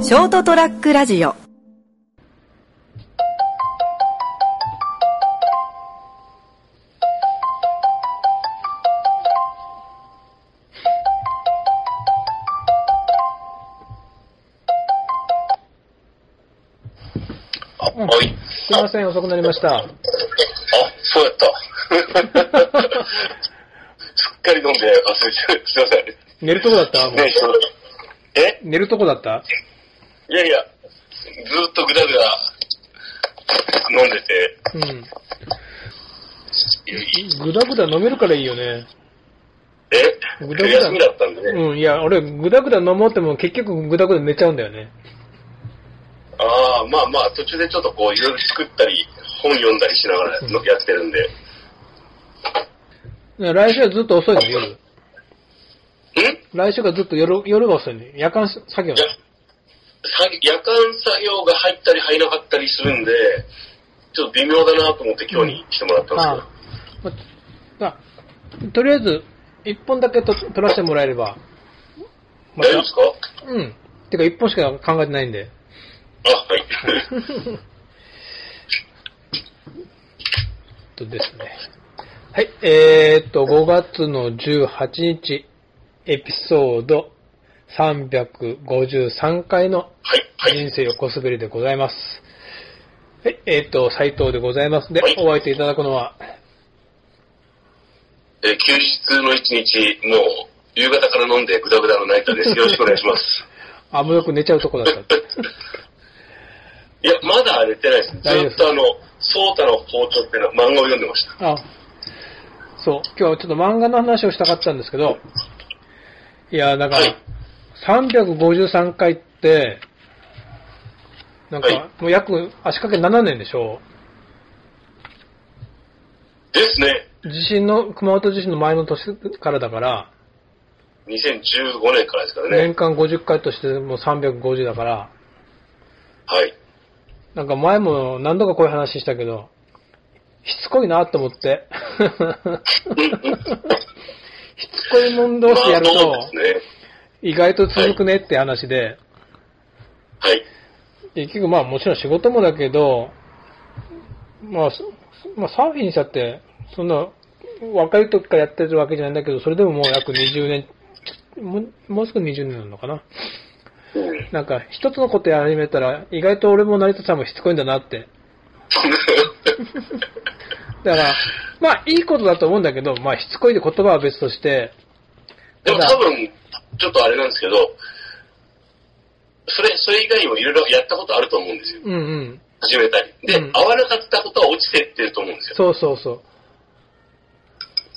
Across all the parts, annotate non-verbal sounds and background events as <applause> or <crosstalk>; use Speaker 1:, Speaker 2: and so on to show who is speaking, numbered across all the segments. Speaker 1: ショートトラックラジオ
Speaker 2: あ、はい。
Speaker 3: すいません、遅くなりました。
Speaker 2: あ、そうやった。 <laughs> すっかり飲んで忘れてる。すいません。
Speaker 3: 寝るとこだったもう
Speaker 2: ねえ、そうえ
Speaker 3: 寝るとこだった
Speaker 2: いやいや、ずっとぐだぐだ飲んでて、
Speaker 3: うん。
Speaker 2: いやいい
Speaker 3: ぐだぐだ飲めるからいいよね。
Speaker 2: え
Speaker 3: ぐだぐだ
Speaker 2: 休みだったんでね。
Speaker 3: うん、いや、俺、ぐだぐだ飲もうっても結局ぐだぐだ寝ちゃうんだよね。
Speaker 2: ああ、まあまあ、途中でちょっとこう、いろいろ作ったり、本読んだりしながらやってるんで。
Speaker 3: いや来週はずっと遅いの、夜。
Speaker 2: ん
Speaker 3: 来週がずっと夜、夜が遅いの。夜間作業
Speaker 2: いやさ夜間作業が入ったり入らなかったりするんで、ちょっと微妙だなと思って今日に来てもらったん
Speaker 3: あ
Speaker 2: です
Speaker 3: まあ、とりあえず、一本だけと取らせてもらえれば。
Speaker 2: けど。大丈夫ですか
Speaker 3: うん。てか、一本しか考えてないんで。
Speaker 2: あ、
Speaker 3: <laughs>
Speaker 2: はい。
Speaker 3: えっとですね。はい、えー、っと、5月の18日、エピソード353回の
Speaker 2: はい、はい。
Speaker 3: 人生横滑りでございます。はい、えー、っと、斉藤でございます。で
Speaker 2: はい、
Speaker 3: お相手いただくのは、
Speaker 2: えー休日の一日、もう夕方から飲んでぐだぐだのナイター
Speaker 3: <laughs>
Speaker 2: です。よろしくお願いします。
Speaker 3: あ、もうよく寝ちゃうとこだった。
Speaker 2: いや、まだ寝てないです。
Speaker 3: 大丈夫
Speaker 2: ずっとあの、ソータの包丁っていうの漫画を読んでました。
Speaker 3: あ、そう、今日はちょっと漫画の話をしたかったんですけど、いや、だか
Speaker 2: は
Speaker 3: ら
Speaker 2: い、
Speaker 3: 353回って、なん
Speaker 2: はい
Speaker 3: か、もう約足掛け7年でしょ
Speaker 2: ですね。
Speaker 3: う。地震の、熊本地震の前の年からだから、
Speaker 2: 2015年からですから
Speaker 3: 年
Speaker 2: ね。
Speaker 3: 間50回としてもう350だから、
Speaker 2: はい。
Speaker 3: なんか前も何度かこういう話したけど、しつこいなと思って。
Speaker 2: <laughs> うん
Speaker 3: し
Speaker 2: うん
Speaker 3: つこいもん同士やる
Speaker 2: まあ
Speaker 3: と、
Speaker 2: そうですね。
Speaker 3: 意外と続くねって話で、
Speaker 2: はい。
Speaker 3: 結局まあもちろん仕事もだけど、まあ、そまあサーフィンにしたって、そんな若い時からやってるわけじゃないんだけど、それでももう約20年、もうもうすぐ20年なのかな。 <laughs>
Speaker 2: うん
Speaker 3: なんか一つのことやり始めたら、意外と俺も成田さんもしつこいんだなって。だから、まあいいことだと思うんだけど、まあしつこいで言葉は別として、
Speaker 2: でも多分、ちょっとあれなんですけど、それ、それ以外にもいろいろやったことあると思うんですよ。
Speaker 3: うんうん。
Speaker 2: 始めたり。で、
Speaker 3: うん
Speaker 2: 合わなかったことは落ちてってると思うんですよ。
Speaker 3: そうそうそ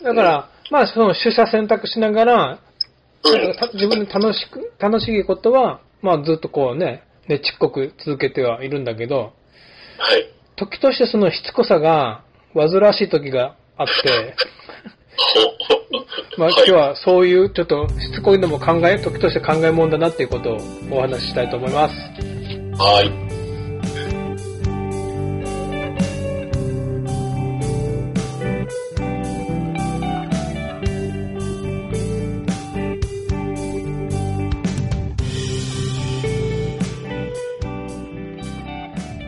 Speaker 3: う。だから、まあその取捨選択しながら、
Speaker 2: うん。
Speaker 3: た自分で楽しく、楽しいことは、まあずっとこうね、ね、ちっこく続けてはいるんだけど、
Speaker 2: はい。
Speaker 3: 時としてそのしつこさが、煩わしい時があって、まあ今日はそういうちょっとしつこいのも考え、時として考えもんだなっていうことをお話ししたいと思います。
Speaker 2: <laughs> はい。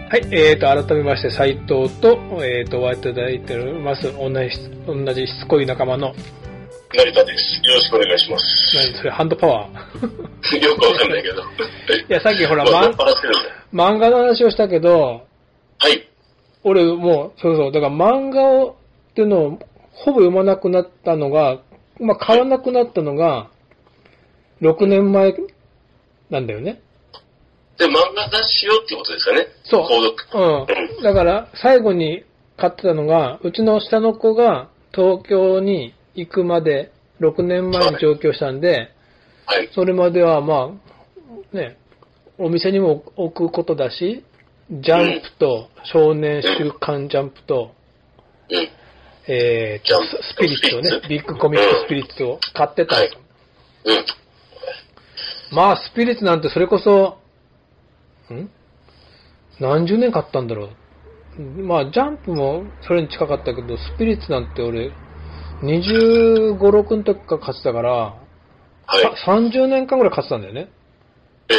Speaker 3: はい、えーと、改めまして斉藤と、えーと、お会いいただいております。同じし、同じしつこい仲間の、
Speaker 2: 成田です。よろしくお願いします。 <laughs>
Speaker 3: 何それ、ハンドパワー。
Speaker 2: よくわかんないけど。い
Speaker 3: いや、さっきほら、
Speaker 2: ま
Speaker 3: ま
Speaker 2: あ、酔っ払ってるんで。
Speaker 3: 漫画の話をしたけど、
Speaker 2: はい。
Speaker 3: 俺もう、そうそう、だから漫画を、っていうのを、ほぼ読まなくなったのが、まあ、買わなくなったのが、6年前なんだよね。
Speaker 2: で、漫画雑誌をっていうことですかね。
Speaker 3: そう
Speaker 2: 購読。
Speaker 3: うん。だから、最後に買ってたのが、うちの下の子が東京に行くまで、6年前に上京したんで、
Speaker 2: はい。
Speaker 3: それまではまあ、ね、お店にも置くことだし、ジャンプと、少年週刊ジャンプと、
Speaker 2: うん。
Speaker 3: えーと、
Speaker 2: ジャンプ
Speaker 3: ススピリッツをね
Speaker 2: スピ、
Speaker 3: ビッグコミックスピリッツを買ってたんですよ。
Speaker 2: うん。
Speaker 3: まあ、スピリッツなんてそれこそ、ん何十年買ったんだろう。まあ、ジャンプもそれに近かったけど、スピリッツなんて俺、25、6の時から買ってたから、
Speaker 2: はい。
Speaker 3: さ30年間ぐらい買ってたんだよね。
Speaker 2: え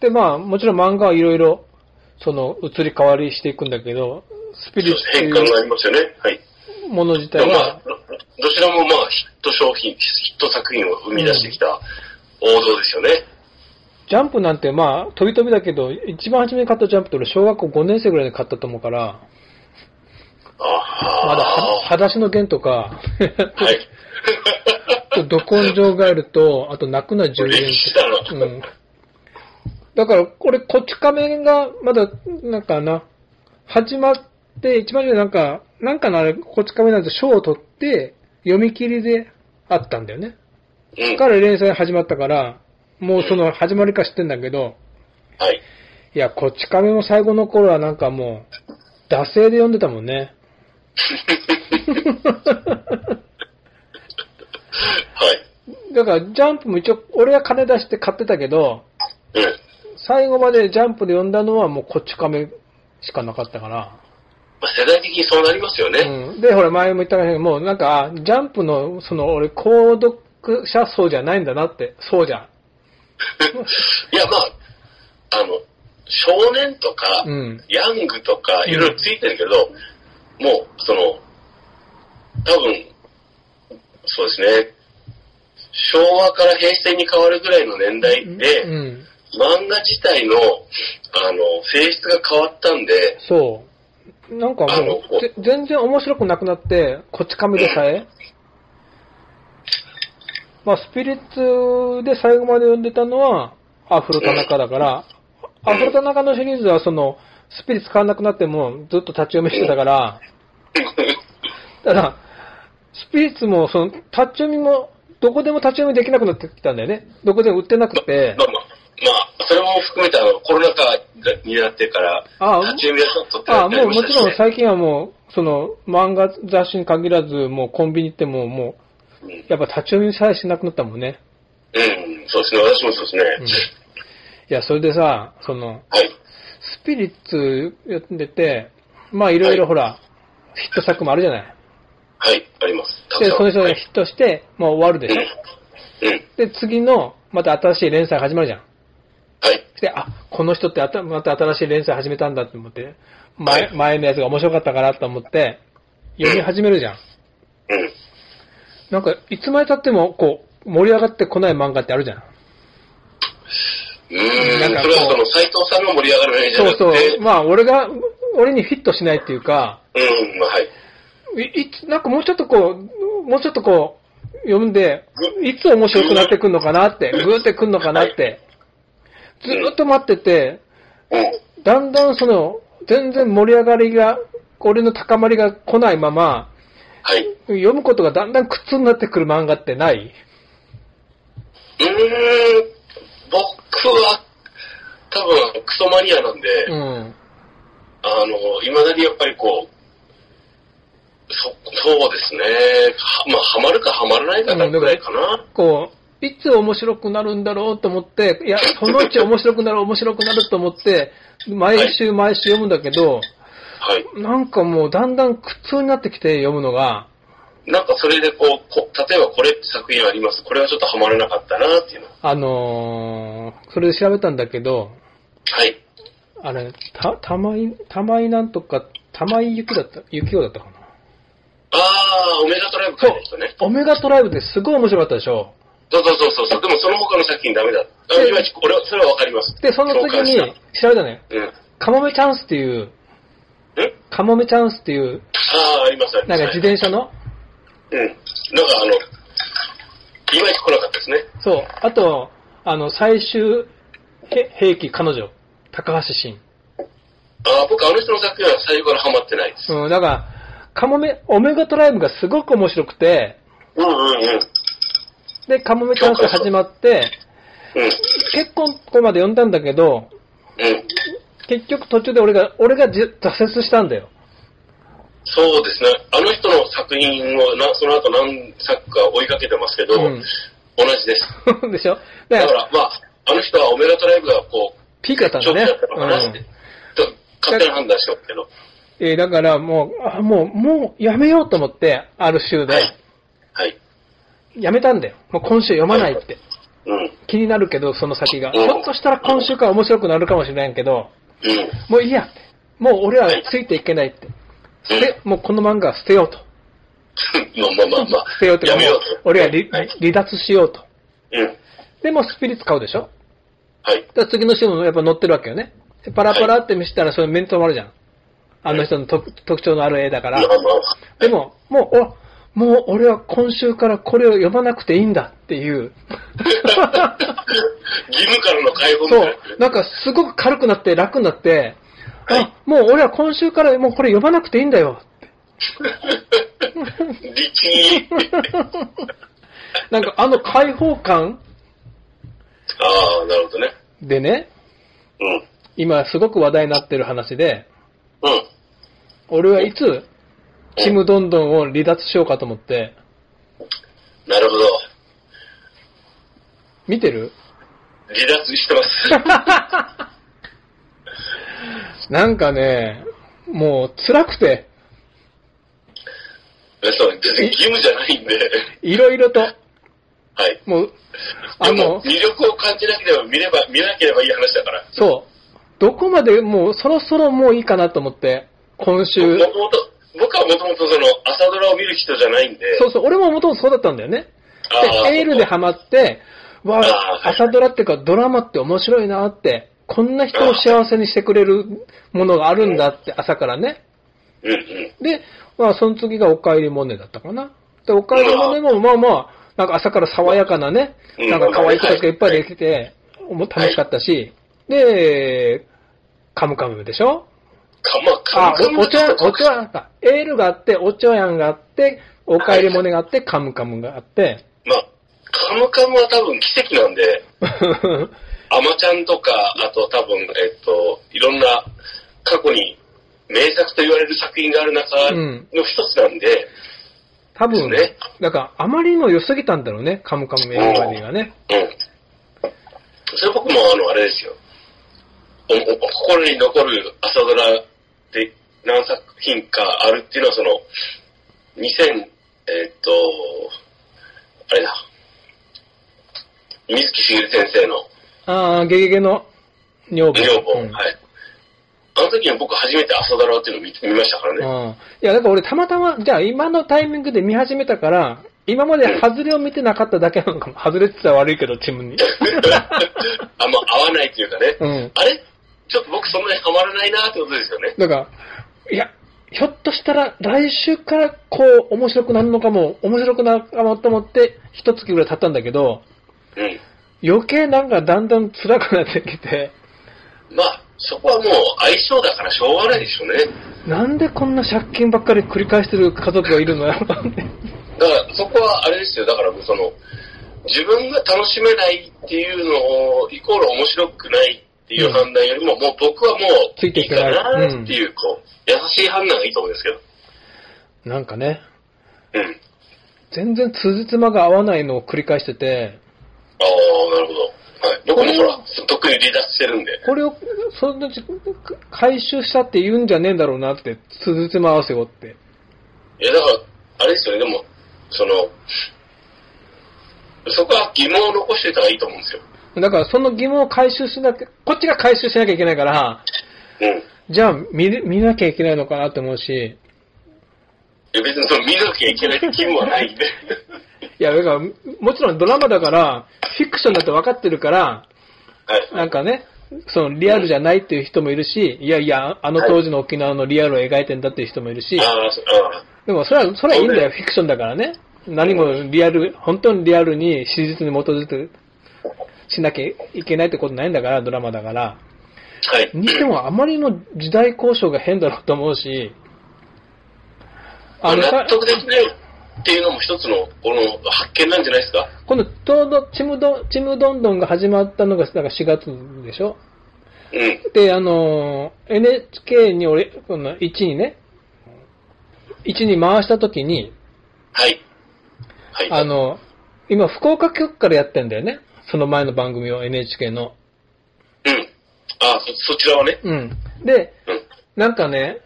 Speaker 3: で、まあ、もちろん漫画はいろいろ、その、移り変わりしていくんだけど、スピリッツって
Speaker 2: 変換があ
Speaker 3: い
Speaker 2: りますよね。はい。
Speaker 3: うもの自
Speaker 2: で
Speaker 3: 体
Speaker 2: もまあ
Speaker 3: は、、
Speaker 2: どちらもまあヒット商品、ヒット作品を生み出してきた王道ですよね。
Speaker 3: ジャンプなんてまあ、飛び飛びだけど、一番初めに買ったジャンプって俺、小学校5年生ぐらいで買ったと思うから、
Speaker 2: ああ。
Speaker 3: まだ、は裸足の弦とか、
Speaker 2: はい。
Speaker 3: ド根性ガエルと、あと泣くな10
Speaker 2: 歴史だな。
Speaker 3: 円。うん。だから、これ、こち亀が、まだ、なんかな、始まって、一番初めなんか、なんかのあれ、こち亀なんて賞を取って、読み切りであったんだよね。
Speaker 2: うん。
Speaker 3: から連載始まったから、もうその始まりか知ってんだけど、
Speaker 2: はい。
Speaker 3: いや、こち亀も最後の頃はなんかもう、惰性で読んでたもんね。
Speaker 2: はい。
Speaker 3: だから、ジャンプも一応、俺は金出して買ってたけど、
Speaker 2: うん。
Speaker 3: 最後までジャンプで読んだのはもうこっち亀しかなかったから。
Speaker 2: まあ、世代的にそうなりますよね。
Speaker 3: うん、で、ほら、前も言ったけど、もうなんか、あジャンプの、その、俺、購読者層じゃないんだなって、そうじゃん。
Speaker 2: <laughs> いや、まあ、あの、少年とか、
Speaker 3: うん。
Speaker 2: ヤングとか、
Speaker 3: うん
Speaker 2: いろいろついてるけど、もう、その、多分、そうですね、昭和から平成に変わるぐらいの年代で、
Speaker 3: うん。
Speaker 2: 漫画自体の、あの、性質が変わったんで、
Speaker 3: そう。なんか
Speaker 2: あ
Speaker 3: も
Speaker 2: の
Speaker 3: う、ぜ全然面白くなくなって、こっち亀でさえ。まあ、スピリッツで最後まで読んでたのは、アフロ田中だから、
Speaker 2: うん
Speaker 3: アフロ田中のシリーズは、その、スピリッツ買わなくなっても、ずっと立ち読みしてたから、ただ、スピリッツも、その、立ち読みも、どこでも立ち読みできなくなってきたんだよね。どこでも売ってなくて
Speaker 2: ま、あまあ、まあ、それも含めてあの、コロナ禍になってから、
Speaker 3: あ
Speaker 2: 立ち読みがちょっとって
Speaker 3: あ
Speaker 2: な
Speaker 3: あ、
Speaker 2: ってあ
Speaker 3: もう
Speaker 2: りました
Speaker 3: もち
Speaker 2: し
Speaker 3: ろ
Speaker 2: ね
Speaker 3: ん最近はもう、その漫画雑誌に限らず、もうコンビニ行っても、も
Speaker 2: う
Speaker 3: う、やっぱ立ち読みさえしなくなったもんね。
Speaker 2: ん、うんそうですね、私もそうですね。
Speaker 3: うん。いや、それでさ、その、
Speaker 2: はい。
Speaker 3: スピリッツやってて、まあいろいろほら、ヒット作もあるじゃない。
Speaker 2: はい、あります。たく
Speaker 3: で、
Speaker 2: さん
Speaker 3: その人
Speaker 2: は
Speaker 3: が
Speaker 2: い
Speaker 3: ヒットして、まあ終わるでしょ。
Speaker 2: うん。うん。
Speaker 3: で、次の、また新しい連載始まるじゃん。
Speaker 2: はい。
Speaker 3: で、あ、この人ってあたまた新しい連載始めたんだって思って、前
Speaker 2: は
Speaker 3: 前のやつが面白かったからと思って、読み始めるじゃん。
Speaker 2: うん。
Speaker 3: なんか、いつまで経っても、こう、盛り上がってこない漫画ってあるじゃん。
Speaker 2: うーん、
Speaker 3: なんか
Speaker 2: それは
Speaker 3: こう
Speaker 2: その斎藤さんが盛り上がらないじゃ
Speaker 3: そ
Speaker 2: な
Speaker 3: う
Speaker 2: くて、
Speaker 3: そう。まあ、俺が、俺にフィットしないっていうか、
Speaker 2: うん、まあはい。
Speaker 3: いいつ、なんかもうちょっとこう、もうちょっとこう、読んで、いつ面白くなってくんのかなって、ぐーってくんのかなって、ずーっと待ってて、
Speaker 2: うん。
Speaker 3: だんだんその、全然盛り上がりが、俺の高まりが来ないまま、
Speaker 2: はい。
Speaker 3: 読むことがだんだん苦痛になってくる漫画ってない
Speaker 2: うん、僕は、多分、クソマニアなんで、
Speaker 3: うん。
Speaker 2: あの、いまだにやっぱりこう、そ、そうですね。はまあ、ハマるかハマらないかだぐらいかな。
Speaker 3: こう、いつ面白くなるんだろうと思って、いや、そのうち面白くなる、面白くなると思って、毎週毎週読むんだけど、
Speaker 2: はい。
Speaker 3: なんかもうだんだん苦痛になってきて読むのが、
Speaker 2: なんかそれでこう、こ例えばこれって作品あります。これはちょっとハマらなかったなっていうの。
Speaker 3: あのー、それで調べたんだけど、
Speaker 2: はい。
Speaker 3: あれ、た、たまい、たまいなんとか、たまいゆきだった、ゆきおだったかな。
Speaker 2: ああ、オメガトライブ書いてる人ね。
Speaker 3: オメガトライブってすごい面白かったでしょ。
Speaker 2: そうそうそうそうそう。でもその他の作品ダメだ。あ
Speaker 3: で
Speaker 2: いまいち、これは、それはわかります。
Speaker 3: で、その次に
Speaker 2: 共感し
Speaker 3: 調べたね、
Speaker 2: たうん。ん
Speaker 3: カモメチャンスっていう、カモメチャンスっていう、
Speaker 2: ああ、あります、あり
Speaker 3: な
Speaker 2: ます。
Speaker 3: んか自転車の、
Speaker 2: うん。なんかあの、いまいち来なかったですね。
Speaker 3: そう。あと、あの、最終け兵器彼女、高橋真。
Speaker 2: ああ、僕あの人の作品は最後からハマってないです。
Speaker 3: うん、だから、カモメ、オメガトライブがすごく面白くて、
Speaker 2: うんうんうん。
Speaker 3: で、カモメチャンス始まって、
Speaker 2: うん。
Speaker 3: 結構ここまで読んだんだけど、
Speaker 2: うん。
Speaker 3: 結局途中で俺が、俺がじ挫折したんだよ。 <laughs>
Speaker 2: そうですね。あの人の作品をな、その後何作か追いかけてますけど、
Speaker 3: うん
Speaker 2: 同じです。
Speaker 3: でしょだ
Speaker 2: だ
Speaker 3: か、
Speaker 2: からら、まあ、あの人はオメガトライブがこう、
Speaker 3: ピークだったん
Speaker 2: ショ
Speaker 3: だ
Speaker 2: ックだ
Speaker 3: ね
Speaker 2: ったの。
Speaker 3: う
Speaker 2: かなって、
Speaker 3: ん。
Speaker 2: と勝手な判断しておくけど。
Speaker 3: えーだからもう、あもう、もうやめようと思って、ある週で、
Speaker 2: はい。はい。
Speaker 3: やめたんだよ。もう今週読まないって。
Speaker 2: うん。
Speaker 3: 気になるけど、その先が。
Speaker 2: うん
Speaker 3: ひょっとしたら今週から面白くなるかもしれんけど、
Speaker 2: うん。
Speaker 3: もういいやって。もう俺らついていけないって。で、もうこの漫画は捨てようと。
Speaker 2: <laughs> まあまあまあまあ。
Speaker 3: 捨てようってか、
Speaker 2: や
Speaker 3: も
Speaker 2: め
Speaker 3: う
Speaker 2: ようと。
Speaker 3: 俺は離
Speaker 2: はい。
Speaker 3: 離脱しようと。
Speaker 2: うん。
Speaker 3: で、もうスピリッツ買うでしょ
Speaker 2: はい。
Speaker 3: だから次の週もやっぱ載ってるわけよね。でパラパラって見せたら、それメンツもあるじゃん。あの人の特特徴のある絵だか
Speaker 2: まあ
Speaker 3: ら。
Speaker 2: まあ。
Speaker 3: でも、もう、お、もう俺は今週からこれを読まなくていいんだっていう。
Speaker 2: <laughs> 義務からの解放みた
Speaker 3: <laughs> そ、
Speaker 2: いう
Speaker 3: なんかすごく軽くなって楽になって、あ、もう俺は今週からもうこれ読まなくていいんだよ。
Speaker 2: な。
Speaker 3: <laughs>
Speaker 2: リチー。
Speaker 3: なんかあの解放感
Speaker 2: ああ、なるほどね。
Speaker 3: でね、
Speaker 2: うん。
Speaker 3: 今すごく話題になってる話で、
Speaker 2: うん。
Speaker 3: 俺はいつ、ちむどんどんを離脱しようかと思って、
Speaker 2: なるほど。
Speaker 3: 見てる
Speaker 2: 離脱してます。 <laughs>
Speaker 3: なんかね、もう辛くて、
Speaker 2: えそう、全然義務じゃないんで。
Speaker 3: いろいろと、
Speaker 2: はい。
Speaker 3: もう、あ
Speaker 2: でも
Speaker 3: の、
Speaker 2: 魅力を感じなければ見れば、見なければいい話だから。
Speaker 3: そう、どこまでもうそろそろもういいかなと思って、今週
Speaker 2: 僕、はもと僕はもともとその朝ドラを見る人じゃないんで、
Speaker 3: そうそう、俺も元々そうだったんだよね。
Speaker 2: あー
Speaker 3: で、エールでハマって、わ
Speaker 2: あ
Speaker 3: あ、
Speaker 2: ー
Speaker 3: 朝ドラっていうかドラマって面白いなって、こんな人を幸せにしてくれるものがあるんだって、朝からね。
Speaker 2: うんうん。
Speaker 3: で、まあ、その次がおかえりモネだったかな。で、おかえりモネも、まあまあ、なんか朝から爽やかなね、
Speaker 2: うん
Speaker 3: なんか可愛い子たちがいっぱいできて、もう楽しかったし、で、カムカムでしょ
Speaker 2: かま、か
Speaker 3: あ
Speaker 2: ま、か、ま、
Speaker 3: おお茶、お
Speaker 2: か
Speaker 3: 茶、あエールがあって、お茶やんがあって、おかえりモネがあって、カムカムがあって、
Speaker 2: まあ、カムカムは多分奇跡なんで、アマちゃんとか、あと多分、えっと、いろんな過去に名作と言われる作品がある中
Speaker 3: うん
Speaker 2: の一つなんで、
Speaker 3: 多分
Speaker 2: です
Speaker 3: ね
Speaker 2: ね、
Speaker 3: だからあまりにも良すぎたんだろうね、カムカムエヴリバディがね。
Speaker 2: うん。それ僕もあの、あれですよ。おお心に残る朝ドラで何作品かあるっていうのは、その、2000、えーっと、あれだ。水木しげる先生の
Speaker 3: ああ、ゲゲゲの女房。
Speaker 2: 女房、
Speaker 3: うん
Speaker 2: はい。あの時に僕初めて朝ドラっていうのを見見ましたからね。
Speaker 3: うんいや、だから俺たまたま、じゃあ今のタイミングで見始めたから、今まで外れを見てなかっただけなのかも。外れって言ったら悪いけど、チームに。
Speaker 2: <laughs> あんま合わないというかね。
Speaker 3: うん。
Speaker 2: あれちょっと僕そんなにハマらないなってことですよね。
Speaker 3: だから、いや、ひょっとしたら来週からこう面白くなるのかも、面白くなるかもと思って、一月ぐらい経ったんだけど、
Speaker 2: うん。
Speaker 3: 余計なんかだんだん辛くなってきて、
Speaker 2: まあ、そこはもう相性だからしょうがないでしょうね。
Speaker 3: なんでこんな借金ばっかり繰り返してる家族がいるのよ。
Speaker 2: だからそこはあれですよ。だからその、自分が楽しめないっていうのを、イコール面白くないっていう判断よりも、もう僕はもう
Speaker 3: ついていけない
Speaker 2: いかなっていう、こう、優しい判断がいいと思うんですけど。
Speaker 3: なんかね、
Speaker 2: うん。
Speaker 3: 全然辻褄が合わないのを繰り返してて、
Speaker 2: ああ、なるほど。はい。僕もほら、特に離脱してるんで。
Speaker 3: これを、そのうち回収したって言うんじゃねえんだろうなって、続褄合わせをって。
Speaker 2: いや、だから、あれですよね、でも、その、そこは疑問を残してたらいいと思うんですよ。
Speaker 3: だからその疑問を回収しなきゃ、こっちが回収しなきゃいけないから、
Speaker 2: うん。
Speaker 3: じゃあ見れ見なきゃいけないのかなって思うし、
Speaker 2: いや別にその見なきゃいけない義務はないんで。
Speaker 3: いや、だからもちろんドラマだから、フィクションだって分かってるから、
Speaker 2: はい。
Speaker 3: なんかね、そのリアルじゃないっていう人もいるし、いやいや、あの当時の沖縄のリアルを描いてんだっていう人もいるし、
Speaker 2: ああ、そああ
Speaker 3: でもそれは、それはいいんだよ、フィクションだからね。何もリアル、本当にリアルに史実に基づいてしなきゃいけないってことないんだから、ドラマだから。
Speaker 2: はい。
Speaker 3: にしても、あまりの時代交渉が変だろうと思うし、
Speaker 2: まあ
Speaker 3: あのさ
Speaker 2: 納、得できないっていうのも一つの、この発見なんじゃないですか。
Speaker 3: 今度、ちょうどちむど、ちむどんどんが始まったのが、なんか4月でしょ
Speaker 2: うん。
Speaker 3: で、あのー、NHK に俺、この1にね、1に回したときに、
Speaker 2: はい。はい。
Speaker 3: あの、今、福岡局からやってんだよね。その前の番組を NHK の。
Speaker 2: うん。ああ、そ、そちらはね。
Speaker 3: うん。で、
Speaker 2: うん。
Speaker 3: なんかね、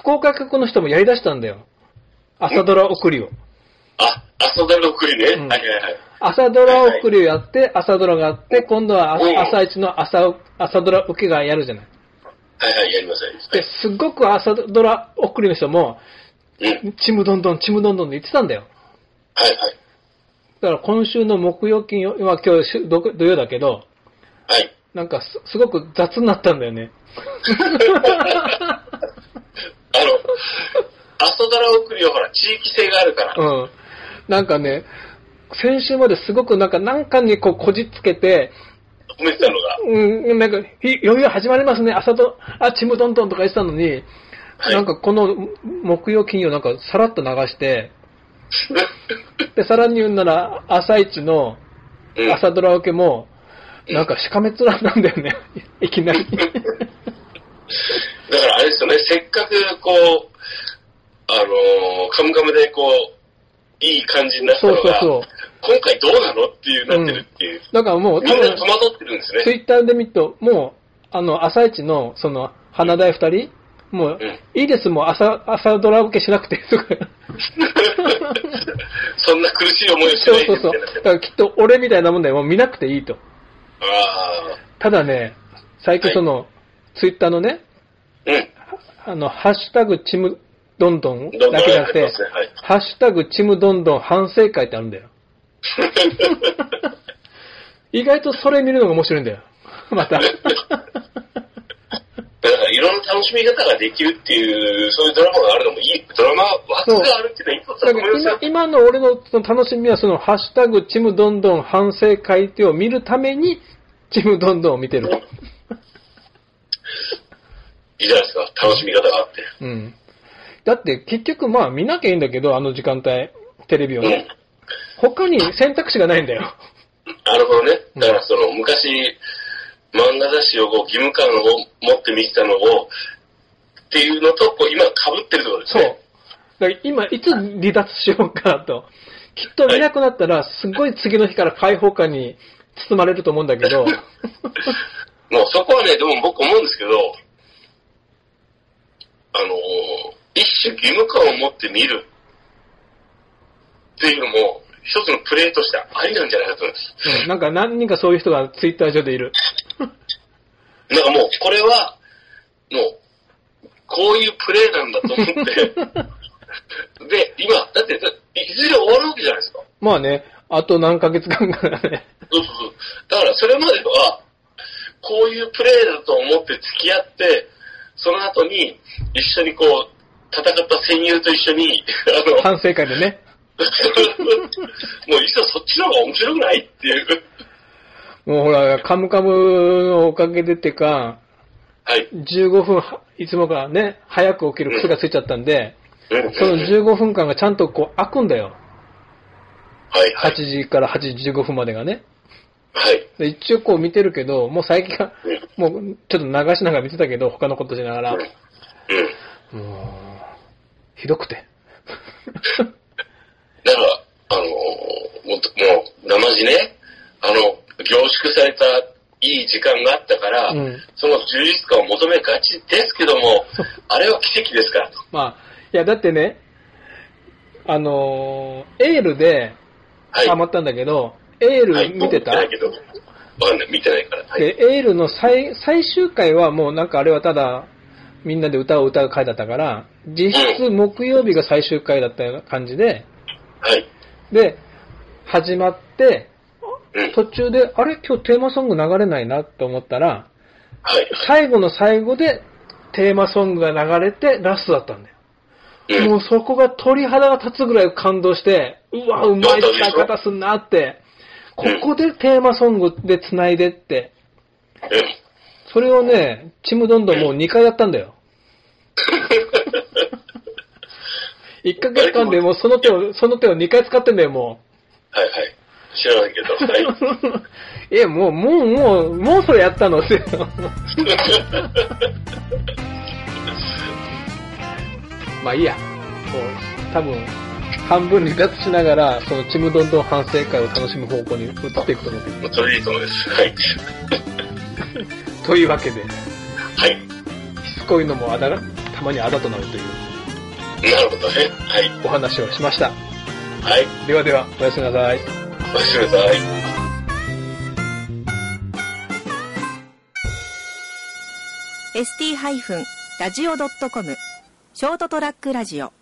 Speaker 3: 福岡局の人もやり出したんだよ。朝ドラ送りを。
Speaker 2: あ、朝ドラ送りね。
Speaker 3: うん
Speaker 2: はいはいはい。
Speaker 3: 朝ドラ送りをやって、朝ドラがあって、今度は
Speaker 2: うん
Speaker 3: 朝朝一の朝、朝ドラ受けがやるじゃない。
Speaker 2: はいはい、やりますやります。
Speaker 3: で、すっごく朝ドラ送りの人も、
Speaker 2: うん。
Speaker 3: ちむどんどん、ちむどんどんって言ってたんだよ。
Speaker 2: はいはい。
Speaker 3: だから今週の木曜金曜、まあ今日し土土曜だけど、
Speaker 2: はい。
Speaker 3: なんかすすごく雑になったんだよね。
Speaker 2: あの、
Speaker 3: <laughs>
Speaker 2: 朝ドラ送りはほら、地域性があるから。
Speaker 3: う
Speaker 2: はい
Speaker 3: ん。なんかね、先週まですごくなんか、なんかにこうこじつけて、
Speaker 2: 褒めてたのが。
Speaker 3: うん、なんか、いいよいよ始まりますね、朝と、あ、ちむどんどんとか言ってたのに、
Speaker 2: はい
Speaker 3: なんかこの木曜金曜なんかさらっと流して、で、さらに言うなら、朝一の
Speaker 2: うん。
Speaker 3: <laughs> 朝ドラ受けも、なんかしかめ面なんだよね、いきな
Speaker 2: <laughs>
Speaker 3: り。
Speaker 2: だからあれですよね、せっかくこう、あのーカムカムでこう、いい感じになったのが、
Speaker 3: そうそう
Speaker 2: 今回どうなのっていうなってるっていう。
Speaker 3: だからもう、
Speaker 2: み
Speaker 3: 多
Speaker 2: んな
Speaker 3: 分、
Speaker 2: 戸惑ってるんです
Speaker 3: ツ
Speaker 2: ね。
Speaker 3: イッターで見ると、もう、あの、朝一の、その、花大二人、もう、いいです、もう朝、朝ドラ受けしなくて、とか。
Speaker 2: <laughs> そんな苦しい思いをし
Speaker 3: そ
Speaker 2: な
Speaker 3: う
Speaker 2: いで
Speaker 3: そう
Speaker 2: み
Speaker 3: そ
Speaker 2: た
Speaker 3: う。
Speaker 2: い
Speaker 3: だ
Speaker 2: な。
Speaker 3: からきっと俺みたいなもんだよ、もう見なくていいと。
Speaker 2: ああ、
Speaker 3: ただね、最近その、ツイッターのね、
Speaker 2: うん。
Speaker 3: あの、ハッシュタグちむどんどん
Speaker 2: どんどん
Speaker 3: だけじゃなく
Speaker 2: や
Speaker 3: て
Speaker 2: ってますねはい、
Speaker 3: ハッシュタグちむどんどん反省会ってあるんだよ。意外とそれ見るのが面白いんだよ。 <laughs>
Speaker 2: <laughs>
Speaker 3: また。
Speaker 2: だからいろんな楽しみ方ができるっていう、そういうドラマがあるのもいい、ドラマ枠があるっていうのは一つだと
Speaker 3: だか
Speaker 2: 思います
Speaker 3: ら
Speaker 2: よ
Speaker 3: 今。今の俺のその楽しみは、その、ハッシュタグちむどんどん反省会っていうのを見るために、ちむどんどんを見てる。
Speaker 2: いいじゃないですか、楽しみ方があって。
Speaker 3: うん。だって結局まあ見なきゃいいんだけど、あの時間帯、テレビを
Speaker 2: うん
Speaker 3: ね。。他に選択肢がないんだよ。
Speaker 2: なるほどね。
Speaker 3: うん
Speaker 2: だからその昔、漫画雑誌をこう義務感を持って見てたのを、っていうのと、こう今被ってるってことです
Speaker 3: そう
Speaker 2: ね。。
Speaker 3: だから今、いつ離脱しようかと。きっと見なくなったら、すごい次の日から解放感に包まれると思うんだけど、
Speaker 2: もうそこはね、でも僕思うんですけど、あのー一種義務感を持って見るっていうのも、一つのプレイとしてありなんじゃないかと思います。
Speaker 3: うんなんか何人かそういう人がツイッター上でいる。
Speaker 2: なんかもう、これは、もう、こういうプレイなんだと思って、で、今、だって、だいずれ終わるわけじゃないですか。
Speaker 3: まあね、あと何ヶ月間かね。
Speaker 2: そうそうそう。だからそれまでは、こういうプレイだと思って付き合って、その後に一緒にこう、戦った戦友と一緒に、 <laughs> あの、
Speaker 3: 反省会でね。
Speaker 2: もういっそそっちの方が面白くないっていう。
Speaker 3: もうほら、カムカムのおかげでってか、
Speaker 2: はい。
Speaker 3: 15分、いつもからね、早く起きる癖がついちゃったんで、
Speaker 2: うん
Speaker 3: その15分間がちゃんとこう開くんだよ。
Speaker 2: はい、は
Speaker 3: 8
Speaker 2: い。
Speaker 3: 時から8時15分までがね。
Speaker 2: はい。
Speaker 3: で一応こう見てるけど、もう最近は
Speaker 2: うん、
Speaker 3: もうちょっと流しながら見てたけど、他のことしながら、も
Speaker 2: うん。
Speaker 3: う、ひどくて。
Speaker 2: だから、あのーもっともう、なまじね、あの、凝縮されたいい時間があったから、
Speaker 3: うん
Speaker 2: その充実感を求めがちですけど
Speaker 3: <laughs>
Speaker 2: も、あれは奇跡ですからと。
Speaker 3: まあ、いやだってね、あのーエールで
Speaker 2: はい。
Speaker 3: ハマったんだけど、エー
Speaker 2: はい、
Speaker 3: ル見てた、
Speaker 2: 僕見てないけど。わかんない、見てないから。はい。
Speaker 3: で、エールの最最終回はもうなんかあれはただ、みんなで歌を歌う回だったから、実質木曜日が最終回だったような感じで、
Speaker 2: はい。
Speaker 3: で、始まって、
Speaker 2: うん。
Speaker 3: 途中で、あれ今日テーマソング流れないなと思ったら、
Speaker 2: はい。
Speaker 3: 最後の最後でテーマソングが流れてラストだったんだよ。
Speaker 2: うん。
Speaker 3: もうそこが鳥肌が立つぐらい感動して、うわ、うまい使い方すんなって、ここでテーマソングで繋いでって、
Speaker 2: うん
Speaker 3: それをね、ちむどんどんもう2回やったんだよ。1ヶ月間でもうその手を、その手を2回使ってんだよ、も
Speaker 2: はいはい。知らないけど。はい。
Speaker 3: う。え、もう、もう、もう、もうそれやったの <laughs> って。まあいいや。こう、多分、半分離脱しながら、そのちむどんどん反省会を楽しむ方向に移っていくと思う。
Speaker 2: <laughs> もうそれでいいと思います。はい。
Speaker 3: というわけで、
Speaker 2: はい。
Speaker 3: しつこいのもあだが、たまにあだとなるという
Speaker 2: なるほどね。はい。
Speaker 3: お話をしました。
Speaker 2: はい。
Speaker 3: ではでは、おやすみなさい。
Speaker 2: おやすみなさい。
Speaker 1: ST-radio.com ショートトラックラジオ